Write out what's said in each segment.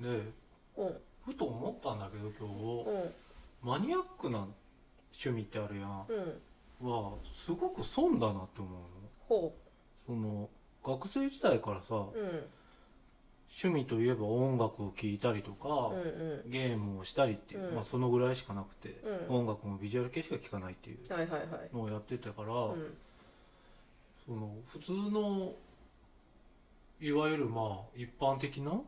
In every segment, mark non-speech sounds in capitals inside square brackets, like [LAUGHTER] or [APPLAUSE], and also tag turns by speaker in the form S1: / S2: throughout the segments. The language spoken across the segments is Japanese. S1: で
S2: うん
S1: ふと思ったんだけど今
S2: うん
S1: 日マニアックな趣味ってあるやん
S2: うん
S1: はすごく損だなって思うの
S2: ほ
S1: その学生時代からさ
S2: ううん
S1: 趣味といえば音楽を聴いたりと
S2: うん
S1: か、
S2: う
S1: ゲームをしたりっていう、
S2: うん
S1: まあ、そのぐらいしかなくて、
S2: うん
S1: 音楽もビジュアル系しか聴かないっていうん
S2: はいはいはい
S1: のをやってたから、
S2: うん
S1: その普通のいわゆるまあ一般的な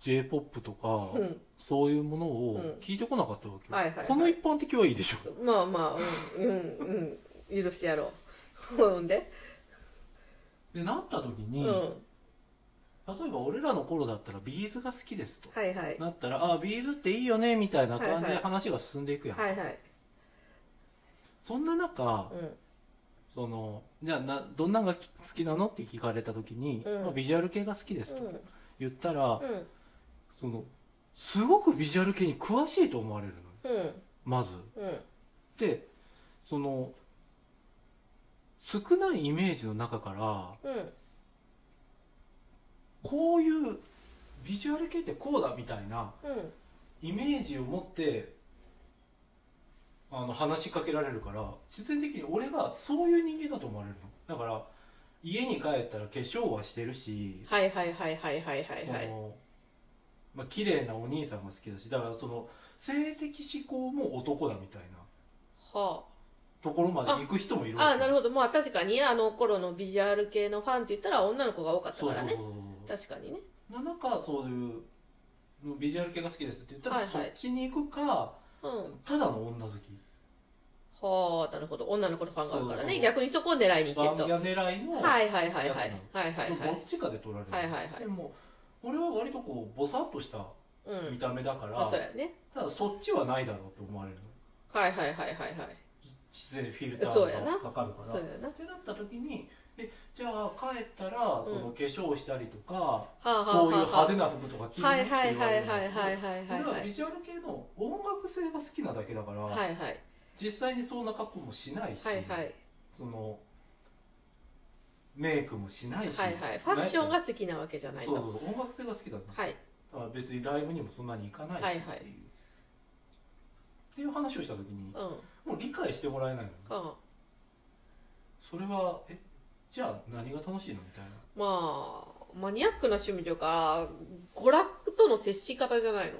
S1: j p o p とか、
S2: うん
S1: そういうもの
S2: う
S1: を
S2: ん
S1: 聞いてこなかったわけよ、
S2: はいはいはい
S1: この一般的はいいでしょ
S2: まあまあうんうんうん許してやろうほんで
S1: でなった時
S2: う
S1: に、
S2: んは
S1: 例えば俺らの頃だったらビーズが好きですと、
S2: いはい
S1: なったら「ああビーズっていいよね」みたいな感じ
S2: はい
S1: で
S2: はい
S1: 話が進んでいくやん、
S2: はいはい
S1: そんな中、
S2: うん
S1: そのじゃあなどんなのが好きなのって聞かれた時に、
S2: うん
S1: まあビジュアル系が好きです
S2: う
S1: と
S2: ん
S1: 言ったら、
S2: うん
S1: そのすごくビジュアル系に詳しいと思われるの
S2: うん
S1: まず
S2: うん
S1: でその少ないイメージの中から
S2: うん
S1: こういうビジュアル系ってこうだみたいな
S2: うん
S1: イメージを持ってあの話しかけられるから自然的に俺がそういう人間だと思われるのだから家に帰ったら化粧はしてるし、
S2: はいはいはいはいはいはいは
S1: そ
S2: い
S1: のまあ綺麗なお兄さんが好きだしだからその性的指向も男だみたいな
S2: は
S1: ところまで行く人もいる
S2: ああなる
S1: ほ
S2: ほどまあ確かにあの頃のビジュアル系のファンって言ったら女の子が多かった
S1: そう
S2: か
S1: そ
S2: ら
S1: う
S2: ね
S1: そうそう
S2: 確かにね
S1: の中そういうのビジュアル系が好きですって言ったら、
S2: はいはい
S1: そっちに行くか
S2: うん
S1: ただの女好き
S2: はあなるほど女の子のファンがあるか
S1: そ
S2: ら
S1: うそう
S2: ね逆にそこを狙いに行
S1: バ
S2: っ
S1: ン
S2: て
S1: ギ
S2: ると
S1: ャ狙いの、
S2: はいはいはいはい
S1: やつな
S2: はいはいは
S1: ど
S2: い
S1: っちかで取られる、
S2: はいはいはい
S1: でも俺は割とこうボサッとした
S2: う
S1: 見
S2: ん
S1: た目だから、
S2: あそうやね
S1: ただそっちはないだろうと思われる
S2: はいはいはいはいはい
S1: 自然フィルタ
S2: そうや
S1: ー
S2: な
S1: がかかるから
S2: そうやな
S1: ってなった時にえじゃあ帰ったらその化粧したりとか、
S2: はあはあ
S1: そういう
S2: は
S1: 派手な服とか着る
S2: は
S1: っ
S2: い
S1: て言わ
S2: は
S1: れ
S2: い
S1: る
S2: はいはいはいはいはい
S1: 俺
S2: は
S1: はいビジュアル系の音楽性が好きなだけだから、
S2: はいはい
S1: 実際にそんな格好もしないし、
S2: はいはい
S1: そのメイクもしないし、
S2: はいはいファッションが好きなわけじゃない
S1: そうそ
S2: と
S1: うそう音楽性が好きだな、
S2: はい
S1: だから別にライブにもそんなに行かないしっていう、
S2: はいはい
S1: っていう話をした時に
S2: うんうん
S1: もう理解してもらえないのそれはえじゃあ何が楽しいのみたいな
S2: まあマニアックな趣味というか娯楽との接し方じゃないの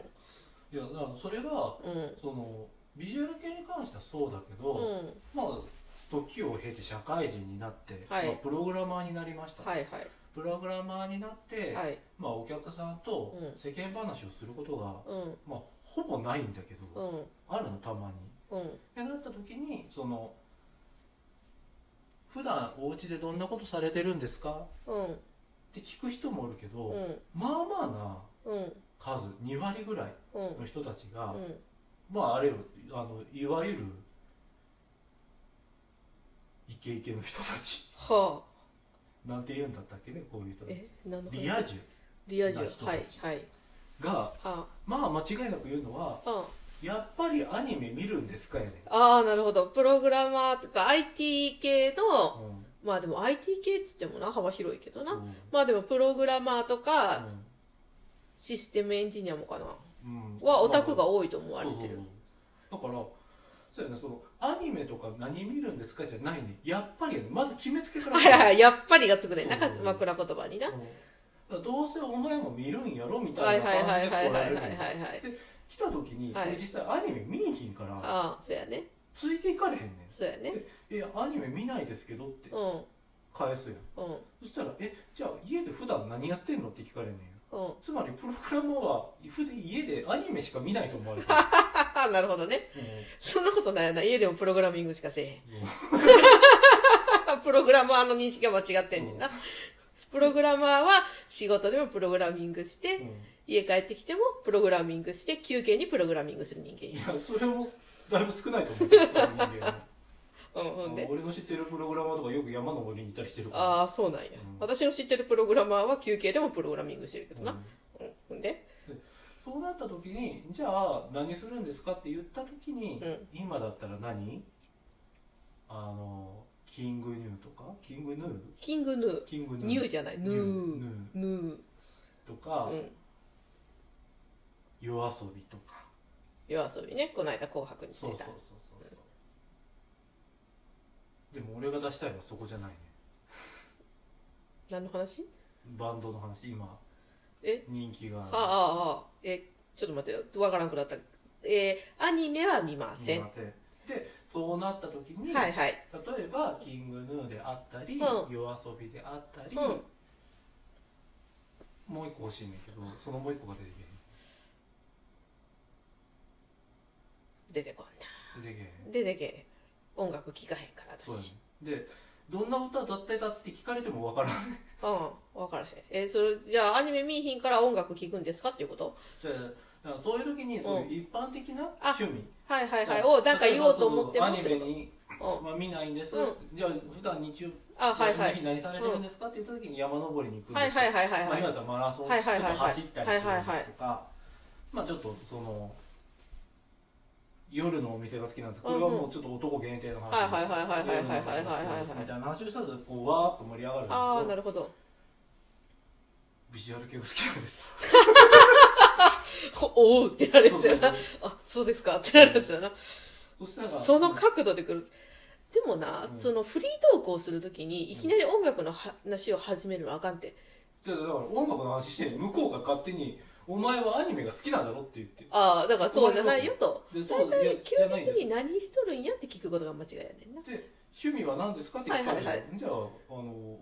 S1: いやだからそれが
S2: うん
S1: そのビジュアル系に関してはそうだけど、
S2: うん
S1: まあ時を経て社会人になって、
S2: はい
S1: まあ、プログラマーになりました、
S2: はいはい
S1: プログラマーになって、
S2: はい
S1: まあ、お客さんと
S2: うん
S1: 世間話をすることが、
S2: うん
S1: まあ、ほぼないんだけど、
S2: うん
S1: あるのたまに。
S2: うん
S1: ってなった時にその普段お家でどんなことされてるんですか
S2: うん
S1: って聞く人もおるけど、
S2: うん
S1: まあまあな
S2: うん
S1: 数2割ぐらい
S2: うん
S1: の人たちが、
S2: うん
S1: まああれよあのいわゆるイケイケの人たち [LAUGHS]
S2: はあ
S1: なんて言うんだったっけねこういう人たち
S2: え何の話
S1: リア充
S2: リア充
S1: な人
S2: は
S1: た
S2: い
S1: ち
S2: はい
S1: が
S2: は
S1: まあ間違いなく言うのは
S2: あうん
S1: やっぱりアニメ見るんですかやね、
S2: ああなるほどプログラマーとか IT 系
S1: う
S2: の
S1: ん
S2: まあでも IT 系っつってもな幅広いけ
S1: そ
S2: ど
S1: う
S2: なまあでもプログラマーと
S1: う
S2: か
S1: ん
S2: システムエンジニアもかな
S1: うん
S2: はオタクが多いと思われてる
S1: そうそうそうだからそうやねそのアニメとか何見るんですかじゃないねやっぱりやねまず決めつけから
S2: はいはいやっぱりがつくね
S1: そう
S2: なんか枕言葉にな
S1: うんだからどうせお前も見るんやろみた
S2: はいい
S1: な
S2: はいはい
S1: 感じで来
S2: はいは
S1: ら
S2: い
S1: れる
S2: はいはいはい
S1: 来た時に、
S2: はい
S1: 俺実際アニメ見いひんから
S2: ああそうやね
S1: ついていかれへんね
S2: そうやね
S1: んいやアニメ見ないですけどって
S2: うん
S1: 返すやん
S2: うん
S1: そしたら「えじゃあ家で普段何やってんの?」って聞かれんねん
S2: うん
S1: つまりプログラマーは普段家でアニメしか見ないと思われて
S2: [LAUGHS] ああなるほどね
S1: るうん
S2: そんなことないよな家でもプログラミングしかせえへん [LAUGHS] プログラマーの認識が間違ってんねんなプログラマーは仕事でもプログラミングして、
S1: うん
S2: 家帰ってきてもプログラミングして休憩にプログラミングする人
S1: い
S2: 間や
S1: やそれもだいぶ少ないと思うけどその人間
S2: うんほんで
S1: 俺の知ってるプログラマーとかよく山登りに行ったりしてるから
S2: ああそうなんや、
S1: うん
S2: 私の知ってるプログラマーは休憩でもプログラミングしてるけどな、
S1: うん
S2: うん、ほんで
S1: そうなった時にじゃあ何するんですかって言った時に、
S2: うん
S1: 今だったら何あのキングニューとかキングヌー
S2: キングヌー
S1: キング
S2: ニュー
S1: じ
S2: じゃない
S1: ヌ
S2: ヌ
S1: ー
S2: ー
S1: ヌ
S2: ヌー
S1: ーとか、
S2: うん
S1: 夜遊びとか
S2: 夜遊びねこの間紅白に出
S1: そうそう
S2: た
S1: そうそうそうでも俺が出したいのはそこじゃないね
S2: 何の話
S1: バンドの話今
S2: え
S1: 人気が
S2: あああああえちょっと待ってわからなくなったえー、アニメは見ません
S1: 見ませんでそうなった時に、
S2: はいはい
S1: 例えば「キングヌー」であったり、
S2: うん
S1: 夜遊びであったり、
S2: うん
S1: もう一個欲しいねんだけどそのもう一個が出てけへ
S2: 出てこんなん
S1: 出てけへん
S2: 出てけえ音楽聴かへんから
S1: そうやね
S2: 私
S1: んでどんな歌だっただって聞かれても分からん [LAUGHS]
S2: うん分からへんえそれじゃあアニメ見いひんから音楽聴くんですかっていうこと
S1: じゃあだからそういう時にそういう一般的な
S2: あ
S1: 趣味
S2: はいはいはい
S1: だら
S2: をなんか言おうと思っても
S1: 例え
S2: っ
S1: ばそのアニ
S2: てこと
S1: メに、
S2: うん
S1: まあ、見ないんです、
S2: う
S1: じゃあ普段日曜
S2: あはい
S1: そ
S2: は
S1: の
S2: い
S1: 日何されてるんですかっていう時に山登りに行くんです
S2: は
S1: け
S2: い
S1: ど
S2: はいはいはい
S1: まあ、今だ
S2: は
S1: ったらマラソンちょ
S2: は
S1: っ
S2: いはい
S1: と
S2: はい
S1: 走ったりす
S2: はい
S1: る
S2: は
S1: ん
S2: い
S1: で
S2: はい
S1: すとかまあちょっとその夜のお店が好きなんですこれはもうちょっと男限定の話なんです
S2: はいはいはいはいはいはいはいはいはい
S1: 夜のお店が好きなんですみたいな話をしたらこうわーっと盛り上がるん
S2: い
S1: です
S2: ああ
S1: け
S2: な
S1: ど
S2: るほど
S1: ビジュアル系が好きなんです
S2: おおうってなるや
S1: そう
S2: つ
S1: そ
S2: よ
S1: うそう
S2: なあそうですかってなるやつよな
S1: そしたら
S2: その角度で来るでもな、
S1: うん
S2: そのフリートークをするときにいきなり音楽の話を始めるのはあかんって
S1: だから音楽の話して向こうが勝手に「お前はアニメが好きなんだろ?」って言って
S2: ああだからそうじゃないよと
S1: でそ
S2: 大
S1: ういや
S2: 体
S1: じゃないん
S2: 休
S1: です
S2: 日に何しとるんやって聞くことが間違いやねんな
S1: で趣味は何ですかって聞かれる、
S2: はいはい
S1: じゃああの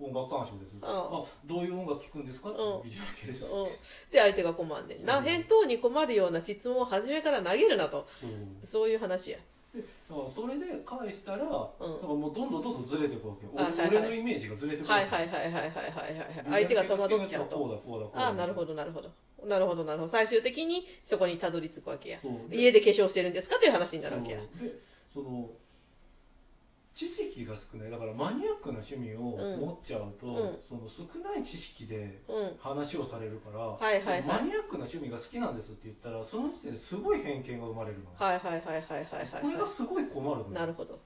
S1: 音楽鑑賞です、
S2: ん
S1: あどういう音楽聴くんですか、って
S2: うん
S1: ビジュアル系ですって、
S2: うんで相手が困んねん
S1: そ
S2: な
S1: う
S2: 返答に困るような質問を初めから投げるなと
S1: そう
S2: そういう話や
S1: だからそれで返したら、
S2: ん
S1: だからもうどんどんどんどんずれていくわけよ、
S2: あはいはい
S1: 俺俺のイメージがずれてくわ
S2: は
S1: け
S2: い
S1: よ、
S2: はいはいはいはいはいはい相手が戸惑っちゃうと
S1: こうだこうだこうだ
S2: ああなるほどなるほどなるほどなるほど最終的にそこにたどり着くわけや
S1: そう
S2: 家で化粧してるんですかという話になるわけや
S1: そうでその知識が少ないだからマニアックな趣味を
S2: うん
S1: 持っちゃうと、
S2: うん
S1: その少ない知識で
S2: うん
S1: 話をされるから、
S2: いはいはい
S1: そのマニアックな趣味が好きなんですって言ったらその時点ですごい偏見が生まれるの、
S2: はいはいはいはいはいはい
S1: これが
S2: は
S1: すごい困るのよ
S2: いなるほど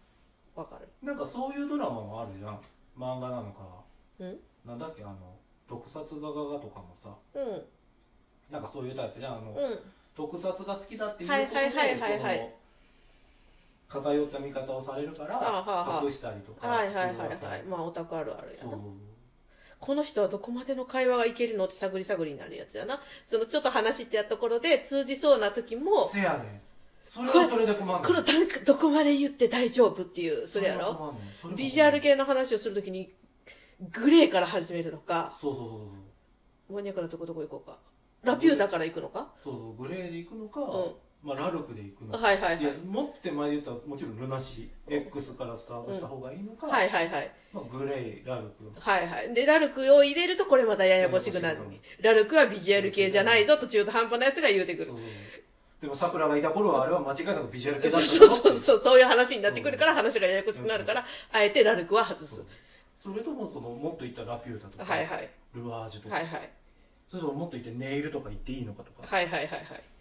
S2: わかる
S1: なんかそういうドラマもあるじゃん漫画なのか
S2: うん
S1: なんだっけあの特撮画画とかもさ
S2: うん
S1: なんかそういうタイプじゃんあの、
S2: うん
S1: 特撮が好きだっていうこと
S2: はいはい
S1: で
S2: はいはいはい
S1: その偏った見方をされるか
S2: あはあ
S1: ら
S2: はあ
S1: 隠したりとか
S2: はいはいはい
S1: するわけ
S2: はいまあオタクあるあるや
S1: そう
S2: なこの人はどこまでの会話がいけるのって探り探りになるやつやなそのちょっと話ってやったところで通じそうな時も
S1: せやねんそれはそれで困んねん
S2: この段階どこまで言って大丈夫っていうそれや
S1: は
S2: ろ
S1: 困んねんそれは困んねん
S2: ビジュアル系の話をするときにグレーから始めるのか
S1: そうそうそう
S2: マニアックなとこどこ行こうかラピュータから行くのか
S1: そうそうそうグレーで行くのか、
S2: うん
S1: まあ、ラルクで行くのか、
S2: はいはいはい
S1: や持って前で言ったらもちろんルナシー X からスタートした方がいいのか、
S2: はいはいはい
S1: まあ、グレーラルク
S2: はいはいでラルクを入れるとこれまたややこしくなるのにラルクはビジュアル系じゃないぞと中途半端なやつが言うてくる
S1: そうそうでもさくらがいた頃はあれは間違いなくビジュアル系だ
S2: そう
S1: った
S2: そう
S1: ぞって
S2: そうそうそういう話になってくるから話がややこしくなるからあえてラルクは外す
S1: そうそれともそのもっといったらラピュータとか、
S2: はいはい
S1: ルアージュとか、
S2: はいはい
S1: それとももっといってネイルとか言っていいのかとか、
S2: はいはいはい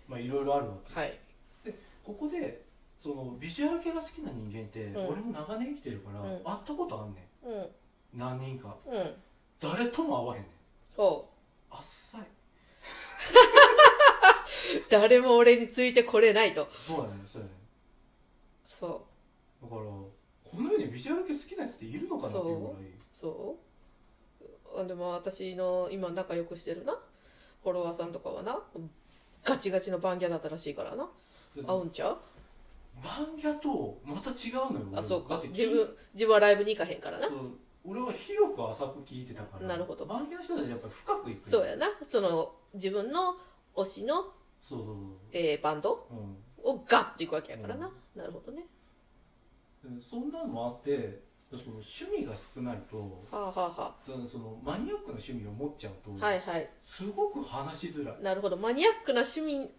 S1: まあいろいろあるわ
S2: はいはい
S1: けでここでそのビジュアル系が好きな人間って、
S2: ん
S1: 俺も長年生きてるから、
S2: うん
S1: 会ったことあんね
S2: うん
S1: 何人か
S2: んうん
S1: 誰とも会わへんねん
S2: そ
S1: あっさいう
S2: 誰も俺についてこれないと
S1: そうやねそうやね
S2: そ
S1: だからこの世にビジュアル系好きなやつっているのかなっていうぐらいう
S2: そうあでも私の今仲良くしてるなフォロワーさんとかはなガチガチのバンギャだったらしいからな
S1: で
S2: 合うんちゃう
S1: バンギャとまた違うのよ
S2: あ
S1: 俺
S2: そう
S1: だ
S2: か
S1: って
S2: 自分自分はライブに行かへんからな
S1: そう俺は広く浅く聞いてたから
S2: なるほど
S1: バンギャの人たちやっぱり深くいくよ
S2: そうやなその自分の推しの、
S1: そうそう
S2: えーバンド
S1: そううん
S2: をガッといくわけやからな、なるほどね
S1: うんそんなのもあってその趣味が少ないと
S2: はあはあは
S1: そのそのマニアックな趣味を持っちゃうと、
S2: あはいはい
S1: すごく話しづらい
S2: なるほどマニアックな趣味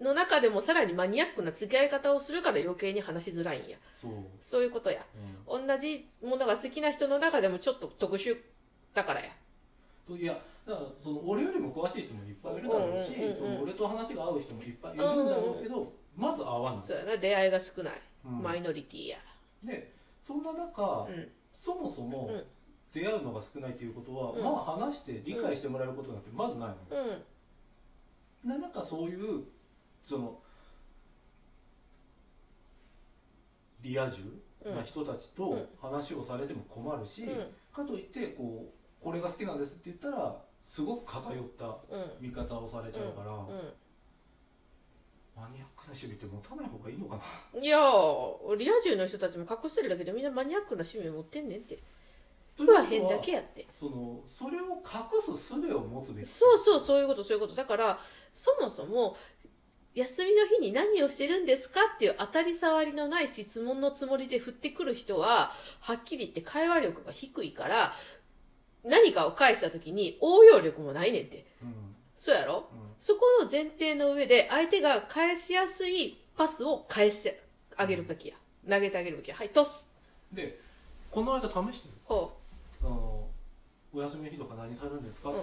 S2: の中でもさらにマニアックな付き合い方をするから余計に話しづらいんや
S1: そう、うん、
S2: そういうことや同じものが好きな人の中でもちょっと特殊だからや
S1: といやだからその俺よりも詳しい人もいっぱいいるだろうし、
S2: うんうんうんうん
S1: その俺と話が合う人もいっぱいいるんだろうけど、まず合わない
S2: そうやな出会いが少ない、
S1: うん
S2: マイノリティや
S1: でそんな中、
S2: うん
S1: そもそも
S2: うん
S1: 出会うのが少ないということは、
S2: うん
S1: まあ話して理解してもらえることなんてまずないの、
S2: うん
S1: ななんかそういうそのリア充な人たち
S2: う
S1: と
S2: ん
S1: 話をされても困るし、
S2: うん
S1: かといってこうこれが好きなんですって言ったらすごく偏った
S2: うん
S1: 見方をされちゃうから、
S2: う
S1: マニアックな趣味って持たない方がいいのかなん
S2: いやーリア充の人たちも格好してるだけでみんなマニアックな趣味持ってんねんって
S1: と
S2: 不
S1: いうこと
S2: は
S1: は
S2: 変だけやって
S1: そのそれを隠す術を持つべき
S2: そうそうそういうことそういうことだからそもそも休みの日に何をしてるんですかっていう当たり障りのない質問のつもりで振ってくる人ははっきり言って会話力が低いから何かを返した時に応用力もないねんって
S1: うん
S2: そうやろそこの前提の上で相手が返しやすいパスを返してあげるべきや投げてあげるべきやはいトス
S1: うんでこの間試してる
S2: ほ
S1: あのお休みの日とか何されるんですか、
S2: う、うん、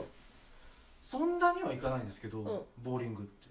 S1: そんなにはいかないんですけど、
S2: うん
S1: ボーリングって